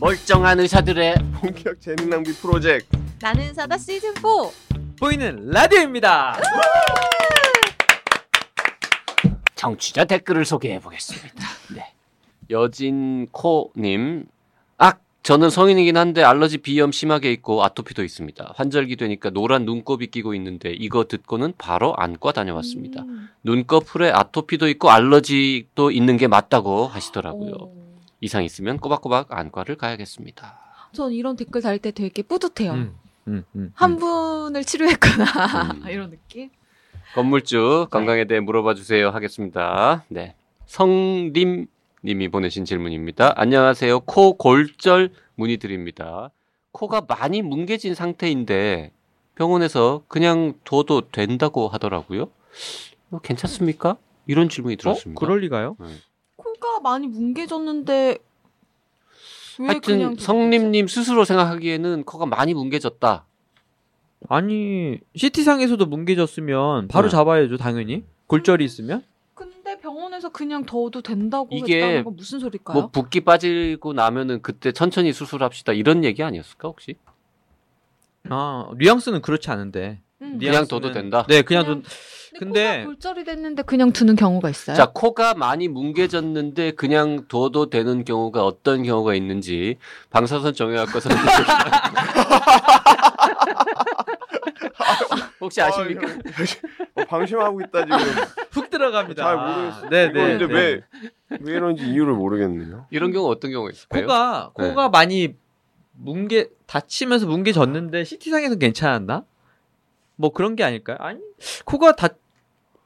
멀쩡한 의사들의 본격 재능 낭비 프로젝트 나는 사다 시즌 4 보이는 라디오입니다. 청취자 댓글을 소개해 보겠습니다. 네. 여진 코님, 악 저는 성인이긴 한데 알러지 비염 심하게 있고 아토피도 있습니다. 환절기 되니까 노란 눈곱이 끼고 있는데 이거 듣고는 바로 안과 다녀왔습니다. 음. 눈꺼풀에 아토피도 있고 알러지도 있는 게 맞다고 하시더라고요. 오. 이상 있으면 꼬박꼬박 안과를 가야겠습니다. 전 이런 댓글 달 때 되게 뿌듯해요. 음, 음. 한 분을 치료했구나 음. 이런 느낌. 네. 건물주 건강에 대해 물어봐 주세요 하겠습니다. 네. 성림 님이 보내신 질문입니다. 안녕하세요. 코 골절 문의 드립니다. 코가 많이 뭉개진 상태인데 병원에서 그냥 둬도 된다고 하더라고요. 이거 괜찮습니까? 이런 질문이 들었습니다. 어? 그럴 리가요? 코가 많이 뭉개졌는데 왜 하여튼 그냥 성림님 스스로 생각하기에는 코가 많이 뭉개졌다. 아니 CT상에서도 뭉개졌으면 바로 네. 잡아야죠 당연히. 골절이 있으면 근데 병원에서 그냥 더도 된다고 이게 했다는 건 무슨 소릴까요? 뭐 붓기 빠지고 나면은 그때 천천히 수술합시다 이런 얘기 아니었을까 혹시? 아 뉘앙스는 그렇지 않은데. 음. 그냥 뉘앙스는- 둬도 된다? 네, 그냥 둔. 근데 근데- 코가 골절이 됐는데 그냥 두는 경우가 있어요. 자 코가 많이 뭉개졌는데 그냥 둬도 되는 경우가 어떤 경우가 있는지 방사선 정형외과 선생님 혹시 아십니까? 어, 방심하고 있다 지금 훅 들어갑니다. 잘 모르겠어요. 네, 이거 네. 근데 네. 왜 왜 이런지 이유를 모르겠네요 이런 경우 어떤 경우가 있을까요? 코가 네. 코가 많이 뭉개 다치면서 뭉개졌는데 CT상에서 괜찮았나? 뭐 그런 게 아닐까요? 아니 코가 다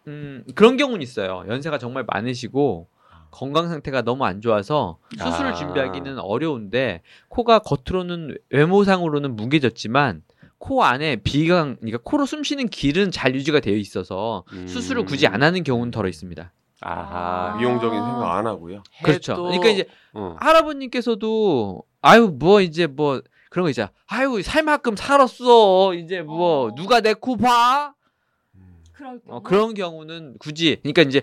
음, 그런 경우는 있어요. 연세가 정말 많으시고 건강 상태가 너무 안 좋아서 수술을 아. 준비하기는 어려운데 코가 겉으로는 외모상으로는 뭉개졌지만 코 안에 비강 그러니까 코로 숨쉬는 길은 잘 유지가 되어 있어서 음. 수술을 굳이 안 하는 경우는 덜어 있습니다. 아하. 미용적인 생각 안 하고요 그렇죠. 해도- 그러니까 이제 어. 할아버님께서도 아유 뭐 이제 뭐 그런 거 있잖아. 아유 살만큼 살았어. 이제 뭐 어. 누가 내 코 봐? 음. 그럴 어, 그런 경우는 굳이 그러니까 이제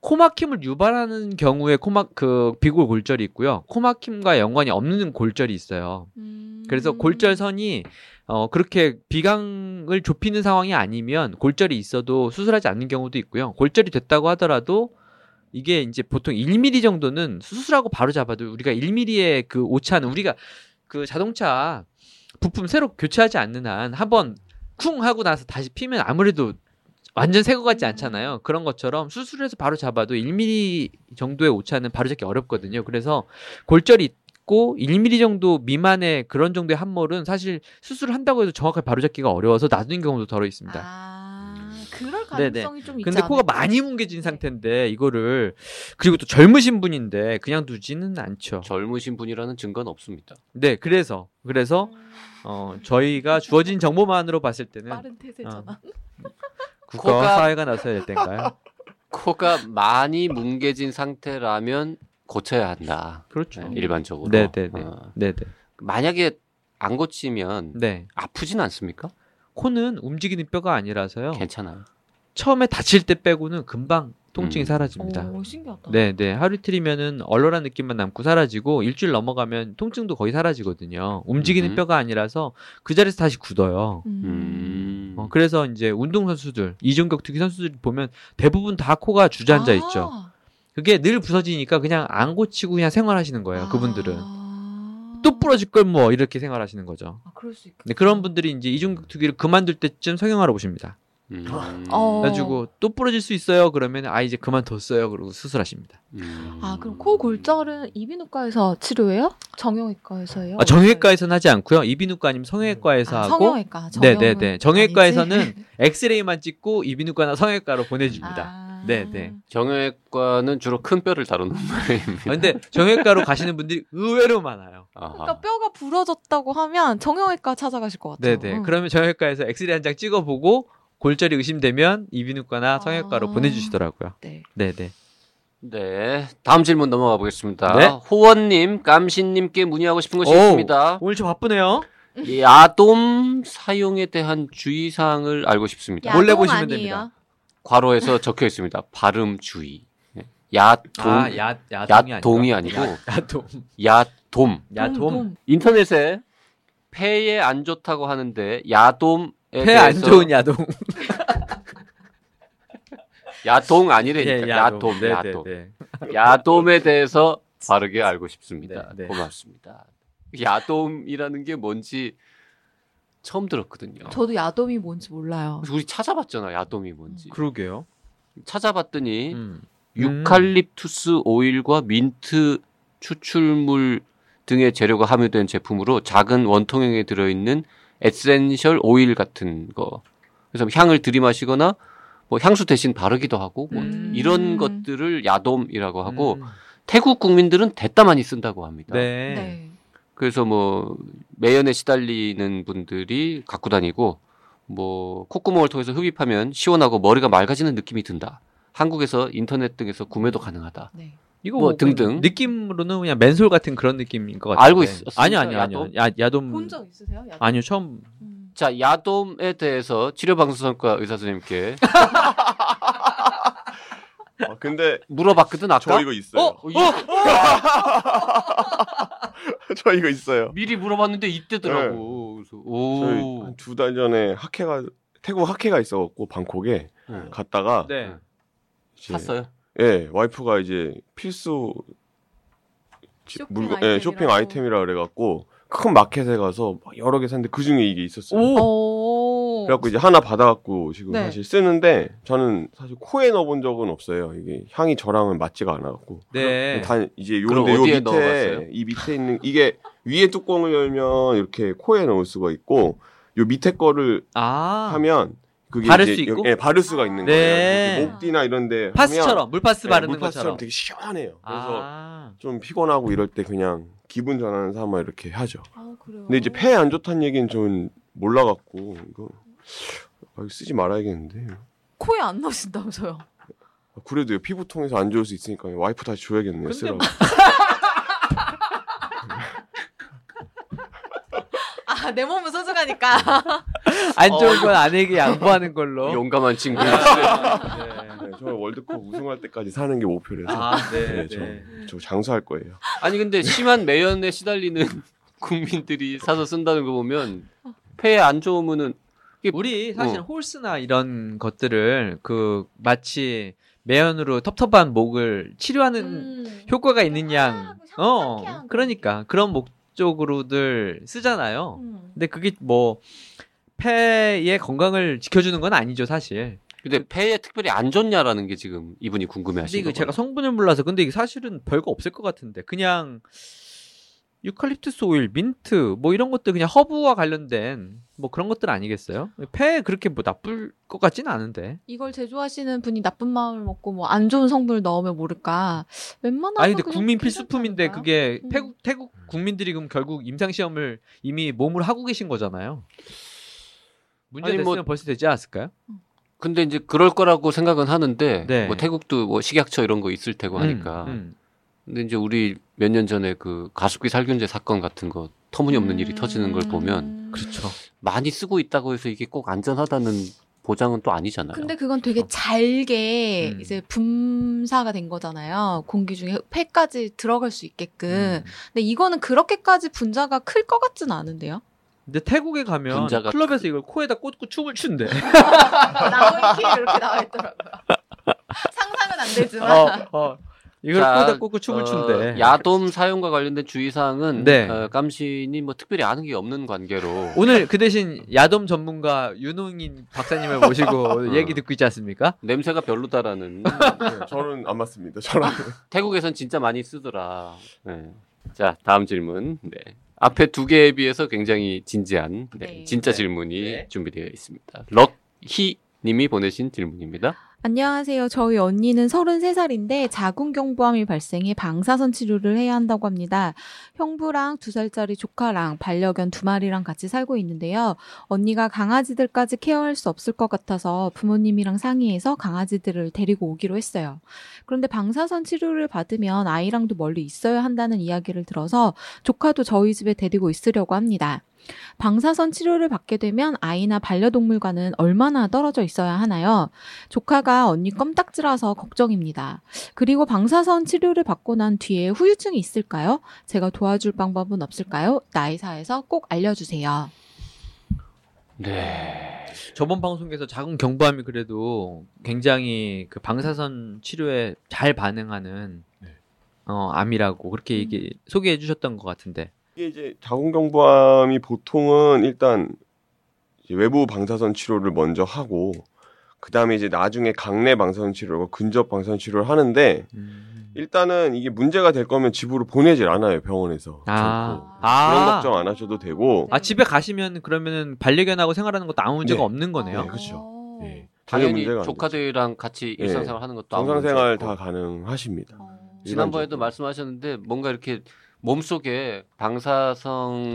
코막힘을 유발하는 경우에 코막 그 비골 골절이 있고요. 코막힘과 연관이 없는 골절이 있어요. 음. 그래서 골절선이 어 그렇게 비강을 좁히는 상황이 아니면 골절이 있어도 수술하지 않는 경우도 있고요. 골절이 됐다고 하더라도 이게 이제 보통 1mm 정도는 수술하고 바로 잡아도 우리가 1mm의 그 오차는 우리가 그 자동차 부품 새로 교체하지 않는 한 한번 쿵 하고 나서 다시 피면 아무래도 완전 새 거 같지 않잖아요. 그런 것처럼 수술해서 바로 잡아도 1mm 정도의 오차는 바로 잡기 어렵거든요. 그래서 골절이 있고 1mm 정도 미만의 그런 정도의 함몰은 사실 수술을 한다고 해도 정확하게 바로 잡기가 어려워서 놔두는 경우도 더러 있습니다. 아 그렇죠. 그럴 네네. 가능성이 좀 있지 근데 코가 않을까? 많이 네. 뭉개진 상태인데 이거를 그리고 또 젊으신 분인데 그냥 두지는 않죠. 젊으신 분이라는 증거는 없습니다. 네, 그래서 음. 그래서 어 저희가 주어진 정보만으로 봤을 때는 빠른 태세 전환. 아, 국가와 코가- 사회가 나서야 될 때인가요? 코가 많이 뭉개진 상태라면 고쳐야 한다. 그렇죠. 네, 일반적으로. 네, 네, 네. 어. 네, 네. 만약에 안 고치면 네. 아프진 않습니까? 코는 움직이는 뼈가 아니라서요. 괜찮아요. 처음에 다칠 때 빼고는 금방 통증이 음. 사라집니다. 오 신기하다. 네, 네. 하루 이틀이면은 얼얼한 느낌만 남고 사라지고 일주일 넘어가면 통증도 거의 사라지거든요. 움직이는 음. 뼈가 아니라서 그 자리에서 다시 굳어요. 음. 어, 그래서 이제 운동선수들, 이종격 투기 선수들 보면 대부분 다 코가 주저앉아 있죠. 그게 늘 부서지니까 그냥 안 고치고 그냥 생활하시는 거예요. 아. 그분들은. 또 부러질 걸 뭐 이렇게 생활하시는 거죠. 아, 그럴 수 있겠다. 근데 그런 분들이 이제 이종격 투기를 그만둘 때쯤 성형하러 오십니다. 음. 어. 그래가지고 또 부러질 수 있어요. 그러면 아 이제 그만뒀어요. 그러고 수술하십니다. 음. 아 그럼 코 골절은 이비인후과에서 치료해요? 정형외과에서 해요? 아, 정형외과에서는 하지 않고요. 이비인후과 아니면 성형외과에서 어, 네. 아, 하고 성형외과. 네네네. 정형외과에서는 아니지? 엑스레이만 찍고 이비인후과나 성형외과로 보내줍니다. 아. 네네. 정형외과는 주로 큰 뼈를 다루는 모양입니다. 근데 정형외과로 가시는 분들이 의외로 많아요. 그러니까 뼈가 부러졌다고 하면 정형외과 찾아가실 것 같아요. 네네. 응. 그러면 정형외과에서 엑스레이 한 장 찍어보고 골절이 의심되면 이비인후과나 아. 성형외과로 보내주시더라고요. 네. 네네. 네, 다음 질문 넘어가 보겠습니다. 네. 호원님, 깜신님께 문의하고 싶은 것이 오. 있습니다. 오늘 좀 바쁘네요. 야돔 사용에 대한 주의사항을 알고 싶습니다. 야- 몰래 야동 보시면 아니에요? 됩니다. 괄호에서 적혀 있습니다. 발음 주의. 네. 야돔, 아, 야, 야동이 아니고. 야동이 아니고 야동. 야돔. 야돔. 야돔. 인터넷에 폐에 안 좋다고 하는데 야돔에 폐 안 대해서 좋은 야돔. 야동 아니래니까 그러니까 야돔, 네, 야돔. 네, 네. 야돔에 대해서 바르게 알고 싶습니다. 네, 네. 고맙습니다. 야돔이라는 게 뭔지 처음 들었거든요. 저도 야돔이 뭔지 몰라요. 우리 찾아봤잖아, 야돔이 뭔지. 그러게요. 찾아봤더니 음. 유칼립투스 오일과 민트 추출물 등의 재료가 함유된 제품으로 작은 원통형에 들어있는 에센셜 오일 같은 거. 그래서 향을 들이마시거나 뭐 향수 대신 바르기도 하고 뭐 음. 이런 것들을 야돔이라고 하고 음. 태국 국민들은 됐다 많이 쓴다고 합니다. 네. 네. 그래서 뭐 매연에 시달리는 분들이 갖고 다니고 뭐 콧구멍을 통해서 흡입하면 시원하고 머리가 맑아지는 느낌이 든다. 한국에서 인터넷 등에서 구매도 가능하다. 네. 이거 뭐 등등. 느낌으로는 그냥 맨솔 같은 그런 느낌인 것 같아요. 알고 있었어요? 아니요, 아니요, 아니요. 야돔? 야, 야돔. 본 적 있으세요? 야돔? 음. 아니요, 처음. 음. 자 야돔에 대해서 치료방송과 의사 선생님께 아, 근데 물어봤거든 아까. 저 이거 있어요. 어, 이거 저 이거 있어요. 네. 미리 물어봤는데 이때더라고. 그래서 저희 오. 두 달 전에 학회가 태국 학회가 있어갖고 방콕에 네. 갔다가 네. 이제- 샀어요. 예, 와이프가 이제 필수 지- 쇼핑 물건, 예, 아이템이라고. 쇼핑 아이템이라 그래갖고 큰 마켓에 가서 막 여러 개 샀는데 그 중에 이게 있었어요. 오. 그래갖고 이제 하나 받아갖고 지금 네. 사실 쓰는데 저는 사실 코에 넣어본 적은 없어요. 이게 향이 저랑은 맞지가 않아갖고. 네. 단 이제 그럼 요런데 요 어디에 밑에 넣어봤어요? 이 밑에 있는 이게 위에 뚜껑을 열면 이렇게 코에 넣을 수가 있고 요 밑에 거를 아. 하면 그게 바를 이제 수 여- 있고? 예, 바를 수가 있는 네. 거예요. 이렇게 목뒤나 이런데 예, 파스처럼 물파스 바르는 네, 물파스처럼 것처럼. 되게 시원해요. 그래서 아. 좀 피곤하고 이럴 때 그냥 기분 전환 삼아 이렇게 하죠. 아, 그래요. 근데 이제 폐 안 좋다는 얘기는 전 몰라갖고 이거, 아, 이거 쓰지 말아야겠는데. 코에 안 넣으신다면서요? 아, 그래도 요 피부 통해서 안 좋을 수 있으니까 와이프 다시 줘야겠네요. 근데 뭐- 쓰라고. 아, 내 몸은 소중하니까. 안 좋은 건 아내에게 양보하는 걸로. 용감한 친구. 아, 네, 네. 저는 월드컵 우승할 때까지 사는 게 목표라서 아, 네, 네, 저, 네. 저 장수할 거예요. 아니 근데 심한 매연에 시달리는 국민들이 사서 쓴다는 거 보면 폐에 안 좋으면은 우리 사실 어. 홀스나 이런 것들을 그 마치 매연으로 텁텁한 목을 음. 치료하는 효과가 있는 양. 아, 어. 상쾌한 그러니까 그런 목적으로들 쓰잖아요. 음. 근데 그게 뭐 폐의 건강을 지켜주는 건 아니죠, 사실. 근데 폐에 특별히 안 좋냐라는 게 지금 이분이 근데 궁금해하시는 이거 거예요. 제가 성분을 몰라서 근데 이게 사실은 별거 없을 것 같은데 그냥 유칼립투스 오일, 민트 뭐 이런 것들 그냥 허브와 관련된 뭐 그런 것들 아니겠어요? 폐에 그렇게 뭐 나쁠 것 같진 않은데. 이걸 제조하시는 분이 나쁜 마음을 먹고 뭐 안 좋은 성분을 넣으면 모를까. 웬만하면 아니 근데 그냥 국민 괜찮지 필수품인데 않을까요? 그게 음. 태국 태국 국민들이 그럼 결국 임상 시험을 이미 몸으로 하고 계신 거잖아요. 문제 아니, 뭐- 됐으면 벌써 되지 않았을까요? 근데 이제 그럴 거라고 생각은 하는데 네. 뭐 태국도 뭐 식약처 이런 거 있을 테고 하니까. 음, 음. 근데 이제 우리 몇 년 전에 그 가습기 살균제 사건 같은 거 터무니없는 일이 음. 터지는 걸 보면 그렇죠. 많이 쓰고 있다고 해서 이게 꼭 안전하다는 보장은 또 아니잖아요. 근데 그건 되게 잘게 그렇죠. 음. 이제 분사가 된 거잖아요. 공기 중에 폐까지 들어갈 수 있게끔. 음. 근데 이거는 그렇게까지 분자가 클 것 같진 않은데요. 근데 태국에 가면 분자가 클럽에서 이걸 코에다 꽂고 춤을 춘대. 나무위키 이렇게 나와 있더라고요. 상상은 안 되지만. 어, 어. 이걸 자, 꼬다 꼬고 춤을 어, 춘대. 야돔 사용과 관련된 주의사항은 네. 어, 깜신이 뭐 특별히 아는 게 없는 관계로 오늘 그 대신 야돔 전문가 윤홍인 박사님을 모시고 어. 오늘 얘기 듣고 있지 않습니까? 냄새가 별로다라는 네, 저는 안 맞습니다. 저랑 태국에선 진짜 많이 쓰더라. 네. 자, 다음 질문. 네. 앞에 두 개에 비해서 굉장히 진지한 네, 네. 진짜 네. 질문이 네. 준비되어 있습니다. 럭희 님이 보내신 질문입니다. 안녕하세요. 저희 언니는 33살인데 자궁경부암이 발생해 방사선 치료를 해야 한다고 합니다. 형부랑 2살짜리 조카랑 반려견 두 마리랑 같이 살고 있는데요. 언니가 강아지들까지 케어할 수 없을 것 같아서 부모님이랑 상의해서 강아지들을 데리고 오기로 했어요. 그런데 방사선 치료를 받으면 아이랑도 멀리 있어야 한다는 이야기를 들어서 조카도 저희 집에 데리고 있으려고 합니다. 방사선 치료를 받게 되면 아이나 반려동물과는 얼마나 떨어져 있어야 하나요? 조카가 언니 껌딱지라서 걱정입니다. 그리고 방사선 치료를 받고 난 뒤에 후유증이 있을까요? 제가 도와줄 방법은 없을까요? 나이사에서 꼭 알려주세요. 네. 저번 방송에서 작은 경부암이 그래도 굉장히 그 방사선 치료에 잘 반응하는 네. 어, 암이라고 그렇게 얘기 소개해 주셨던 것 같은데 이게 이제 자궁경부암이 보통은 일단 이제 외부 방사선 치료를 먼저 하고 그 다음에 이제 나중에 강내 방사선 치료가 근접 방사선 치료를 하는데 음. 음. 일단은 이게 문제가 될 거면 집으로 보내질 않아요 병원에서. 아, 그렇고. 그런 아, 걱정 안 하셔도 되고. 아 집에 가시면 그러면은 반려견하고 생활하는 것도 아무 문제가 네. 없는 거네요. 네, 그렇죠. 어. 예, 전혀 당연히 문제가 안 조카들이랑 같이 예. 일상생활 하는 것도 되죠. 아무 정상생활 문제 없고. 다 가능하십니다. 어. 지난번에도 일반적으로. 말씀하셨는데 뭔가 이렇게 몸속에 방사성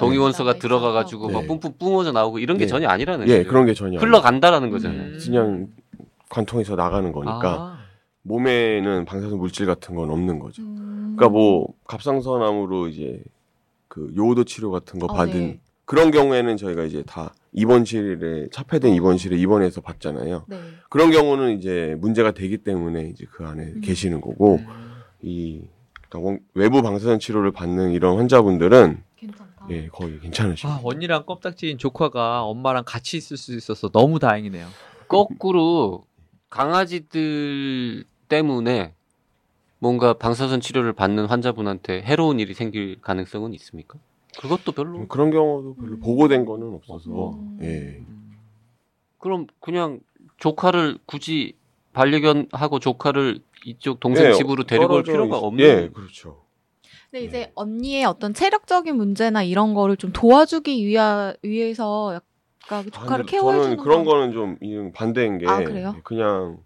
음, 동위원소가 있어요. 들어가 가지고 네. 막 뿜뿜 뿜어져 나오고 이런 게 예. 전혀 아니라는 예, 거죠. 그런 게 전혀 흘러간다라는 거잖아요. 음. 그냥 관통해서 나가는 그러니까. 거니까 아. 몸에는 방사선 물질 같은 건 없는 거죠. 음. 그러니까 뭐 갑상선암으로 이제 그 요오도 치료 같은 거 어, 받은 네. 그런 경우에는 저희가 이제 다 입원실에 차폐된 입원실에 입원해서 받잖아요. 네. 그런 경우는 이제 문제가 되기 때문에 이제 그 안에 음. 계시는 거고 음. 이 그러니까 원- 외부 방사선 치료를 받는 이런 환자분들은 괜찮다. 예 거의 괜찮으시고 음. 아, 언니랑 껌딱지인 조카가 엄마랑 같이 있을 수 있어서 너무 다행이네요. 거꾸로 강아지들 때문에 뭔가 방사선 치료를 받는 환자분한테 해로운 일이 생길 가능성은 있습니까? 그것도 별로. 뭐 그런 경우도 별로 음. 보고된 거는 없어서 음. 예 그럼 그냥 조카를 굳이 반려견하고 조카를 이쪽 동생 예, 집으로 데리고 올 떨어져 필요가 있- 없는 예 그렇죠 근데 이제 언니의 어떤 체력적인 문제나 이런 거를 좀 도와주기 위하, 위해서 약간 조카를 아니, 케어해주는 저는 그런 건- 거는 좀 이런 반대인 게 아, 그래요? 그냥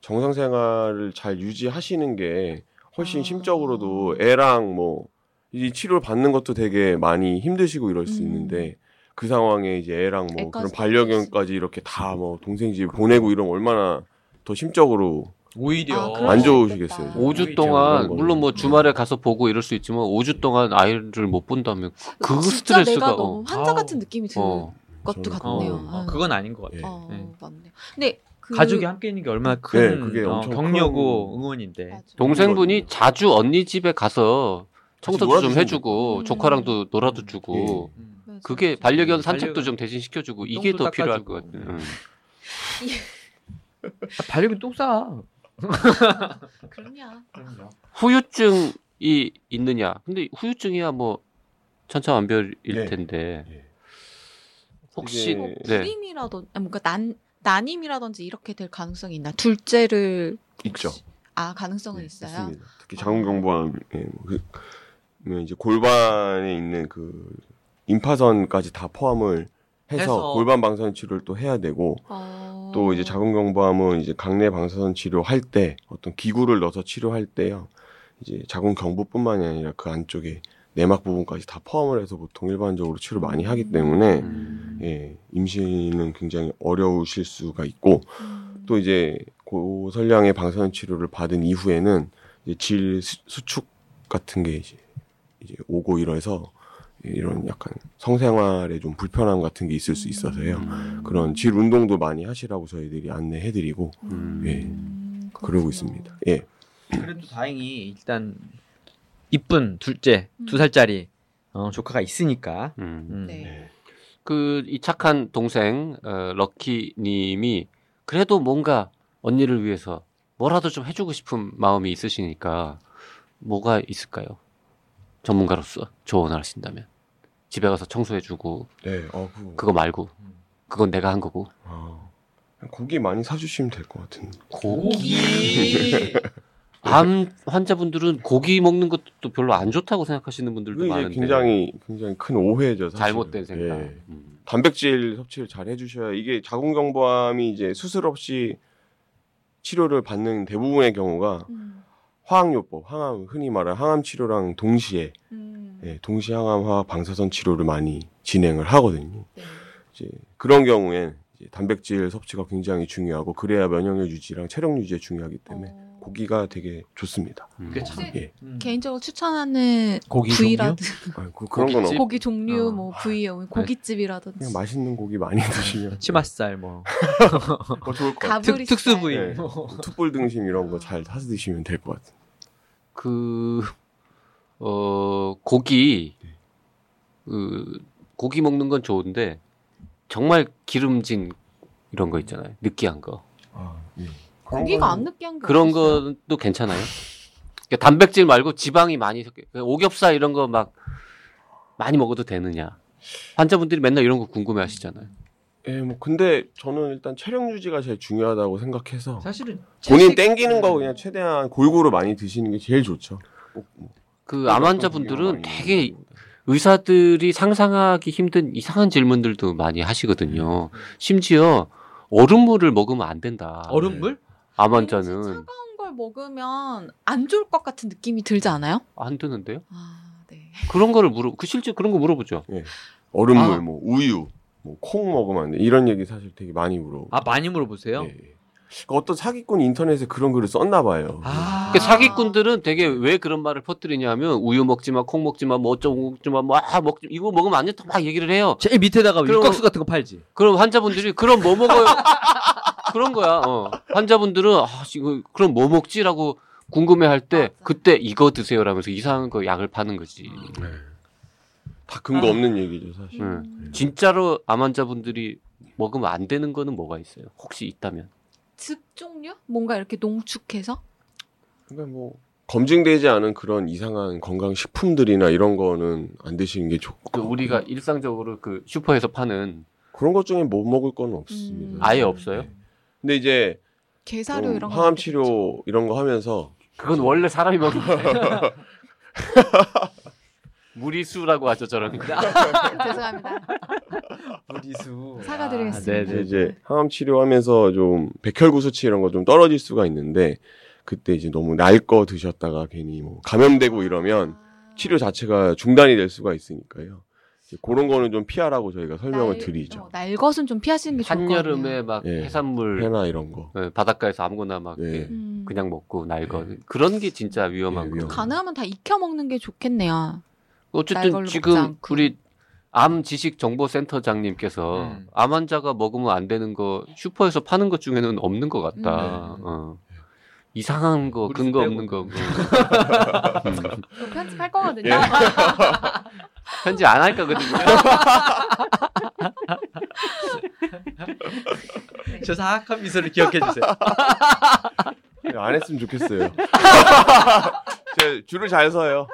정상 생활을 잘 유지하시는 게 훨씬 아. 심적으로도 애랑 뭐 이 치료를 받는 것도 되게 많이 힘드시고 이럴 수 음. 있는데 그 상황에 이제 애랑 뭐 그런 애까지 반려견까지 이렇게 다 뭐 동생 집 보내고 이러면 얼마나 더 심적으로 오히려 어, 아, 그럴 안 수 좋으시겠어요. 있겠다. 오 그런 주 동안 거는. 네. 물론 뭐 주말에 가서 보고 이럴 수 있지만 오 주 동안 아이를 못 본다면 그 진짜 스트레스가, 내가 너무 어. 환자 아우. 같은 느낌이 드는 어. 것도 저는 같네요. 그거- 아. 어, 그건 아닌 것 같아요. 예. 어, 네. 맞네요. 근데 그 가족이 함께 있는 게 얼마나 큰 네, 그게 어, 엄청 격려고 큰- 응원인데. 맞아요. 동생분이 자주 언니 집에 가서 청소도 좀 놀아주시는 해주고 음. 조카랑도 놀아도 주고 음. 맞아요. 그게 반려견 반려견. 산책도 좀 대신 시켜주고 이게 똥도 더 필요할 닦아주고. 것 같아요. 음. 아, 반려견 똥 싸. 그럼요. 후유증이 있느냐? 근데 후유증이야 뭐 천차만별일 예. 텐데 예. 혹시 이게- 뭐 네. 불임이라든지 아니, 뭔가 난 난임이라든지 이렇게 될 가능성이 있나? 둘째를 있죠. 아 가능성은 네, 있어요. 있습니다. 특히 자궁경부암 예, 뭐 그, 그러면 이제 골반에 있는 그 임파선까지 다 포함을 해서, 해서. 골반 방사선 치료를 또 해야 되고 어. 또 이제 자궁경부암은 이제 강내 방사선 치료할 때 어떤 기구를 넣어서 치료할 때요 이제 자궁경부뿐만이 아니라 그 안쪽에 내막 부분까지 다 포함을 해서 보통 일반적으로 치료 많이 하기 때문에 음. 예, 임신은 굉장히 어려우실 수가 있고 음. 또 이제 고설량의 방사선 치료를 받은 이후에는 이제 질 수- 수축 같은 게 이제, 이제 오고 이래서 이런 약간 성생활에 좀 불편함 같은 게 있을 수 있어서요. 음. 그런 질 운동도 많이 하시라고 저희들이 안내해드리고 음. 예. 음, 그러고 그렇구나. 있습니다. 예, 그래도 다행히 일단 이쁜 둘째 음. 두 살짜리 어, 조카가 있으니까. 음. 음. 네. 그 이 착한 동생 어, 럭키님이 그래도 뭔가 언니를 위해서 뭐라도 좀 해주고 싶은 마음이 있으시니까 뭐가 있을까요? 전문가로서 조언을 하신다면 집에 가서 청소해주고 네, 어, 그, 그거 말고 음. 그건 내가 한 거고 아, 고기 많이 사주시면 될 것 같은데. 고기. 암 환자분들은 고기 먹는 것도 별로 안 좋다고 생각하시는 분들도 그게 이제 많은데 굉장히 굉장히 큰 오해죠. 사실은. 잘못된 생각. 예. 음. 단백질 섭취를 잘 해주셔야 이게 자궁경부암이 이제 수술 없이 치료를 받는 대부분의 경우가 음. 화학요법, 항암 흔히 말하는 항암 치료랑 동시에 음. 예, 동시 항암화 방사선 치료를 많이 진행을 하거든요. 네. 이제 그런 경우엔 이제 단백질 섭취가 굉장히 중요하고 그래야 면역력 유지랑 체력 유지에 중요하기 때문에 어. 고기가 되게 좋습니다. 음. 그게 참- 예. 개인적으로 추천하는 고기 종류? 부위라든지 아유, 그, 그런 건 없. 고깃집? 고기 종류 어. 뭐 부위 고깃집이라든지 그냥 맛있는 고기 아. 많이 드시면 치맛살 뭐 더 좋을 것 같아요. 가브리 특, 특수 스타일. 부위. 네. 툭불 등심 이런 거 잘 사서 드시면 될 것 같아요. 그, 어, 고기, 네. 그, 고기 먹는 건 좋은데, 정말 기름진 이런 거 있잖아요. 느끼한 거. 고기가 안 느끼한 게 그런 없었어요. 것도 괜찮아요. 그러니까 단백질 말고 지방이 많이 섞여. 그러니까 오겹살 이런 거 막 많이 먹어도 되느냐. 환자분들이 맨날 이런 거 궁금해 하시잖아요. 예, 뭐 근데 저는 일단 체력 유지가 제일 중요하다고 생각해서 사실은 본인 채식- 땡기는 네. 거 그냥 최대한 골고루 많이 드시는 게 제일 좋죠. 아, 그 암 환자분들은 되게 의사들이 상상하기 힘든 이상한 질문들도 많이 하시거든요. 심지어 얼음물을 먹으면 안 된다. 네. 얼음물? 암 왠지 환자는 그러니까 차가운 걸 먹으면 안 좋을 것 같은 느낌이 들지 않아요? 안 되는데요? 아, 네. 그런 거를 물어, 그 실제 그런 거 물어보죠. 얼음물, 아. 뭐 우유, 뭐 콩 먹으면 안 돼. 이런 얘기 사실 되게 많이 물어. 그 아 많이 물어보세요. 예. 어떤 사기꾼 인터넷에 그런 글을 썼나 봐요. 아 그러니까 사기꾼들은 되게 왜 그런 말을 퍼뜨리냐면 우유 먹지 마, 콩 먹지 마, 뭐 어쩌고 먹지 마, 뭐아 먹지 이거 먹으면 안 된다 막 얘기를 해요. 제일 밑에다가 그럼- 육각수 같은 거 팔지. 그럼 환자분들이 그럼 뭐 먹어요? 그런 거야. 어. 환자분들은 아, 이거 그럼 뭐 먹지라고 궁금해할 때 맞아. 그때 이거 드세요라면서 이상한 거 약을 파는 거지. 예, 다 근거 아. 없는 얘기죠 네. 사실. 음. 진짜로 암 환자분들이 먹으면 안 되는 거는 뭐가 있어요? 혹시 있다면? 즙 종류? 뭔가 이렇게 농축해서? 그러니까 뭐 검증되지 않은 그런 이상한 건강 식품들이나 이런 거는 안 드시는 게 좋고 그 우리가 일상적으로 그 슈퍼에서 파는 그런 것 중에 못 먹을 건 없습니다. 음. 아예 없어요? 근데 이제 게사료 좀 이런 그렇죠. 거. 항암 어, 치료 이런 거 하면서 그건 원래 사람이 먹는 거예요. 무리수라고 하죠 저런 그러니까 거. 아, 죄송합니다. 무리수. 사과드리겠습니다. 아, 이제 네네. 이제 항암 치료하면서 좀 백혈구 수치 이런 거 좀 떨어질 수가 있는데 그때 이제 너무 날 거 드셨다가 괜히 뭐 감염되고 이러면 아, 치료 자체가 중단이 될 수가 있으니까요. 이제 그런 거는 좀 피하라고 저희가 설명을 날- 어, 드리죠. 날 것은 좀 피하시는 게 좋을 것 같아요. 한여름에 막 예. 네. 해산물 회나 이런 거. 예, 바닷가에서 아무거나 막 예. 이렇게 음. 그냥 먹고 날거 그런 게 진짜 위험한 예, 거예요. 위험. 가능하면 다 익혀 먹는 게 좋겠네요. 날 어쨌든 걸로 지금 먹지 않고. 우리 암 지식 정보센터장님께서 음. 암 환자가 먹으면 안 되는 거 슈퍼에서 파는 것 중에는 없는 것 같다. 음. 어. 이상한 거 우리 근거 빼고. 없는 거 뭐. 이거 편집할 예. 거거든요. 편지 안 할 거거든요. 네. 저 사악한 미소를 기억해 주세요. 네, 안 했으면 좋겠어요. 제가 줄을 잘 서요.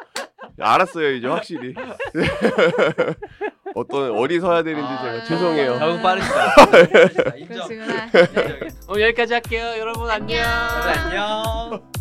알았어요 이제 확실히. 어떤 어디 서야 되는지 아, 제가 죄송해요. 네. 적응 빠르시다. 인정. 네, 그러시구나. 인정. 어, 네. 오늘 여기까지 할게요. 여러분 안녕. 안녕.